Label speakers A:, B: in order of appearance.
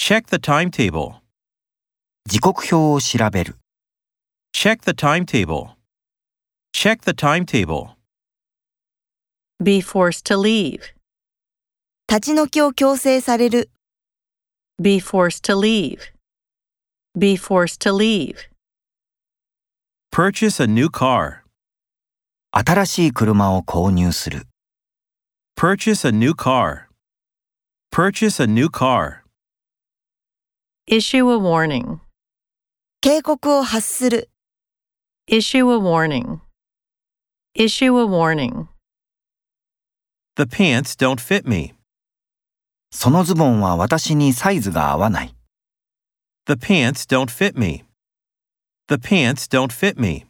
A: Check the timetable.
B: 時刻表を調べる。
A: Check the timetable. Check the timetable.
C: Be forced to leave.
D: 立ち退きを強制される。
C: Be forced to leave. Be forced to leave.
A: Purchase a new car.
B: 新しい車を購入する。
A: Purchase a new car. Purchase a new car.
C: Issue a warning.
D: 警告を発する。
C: Issue a warning. Issue a warning.
A: The pants don't fit me.
B: そのズボンは私にサイズが合わない。
A: The pants don't fit me. The pants don't fit me.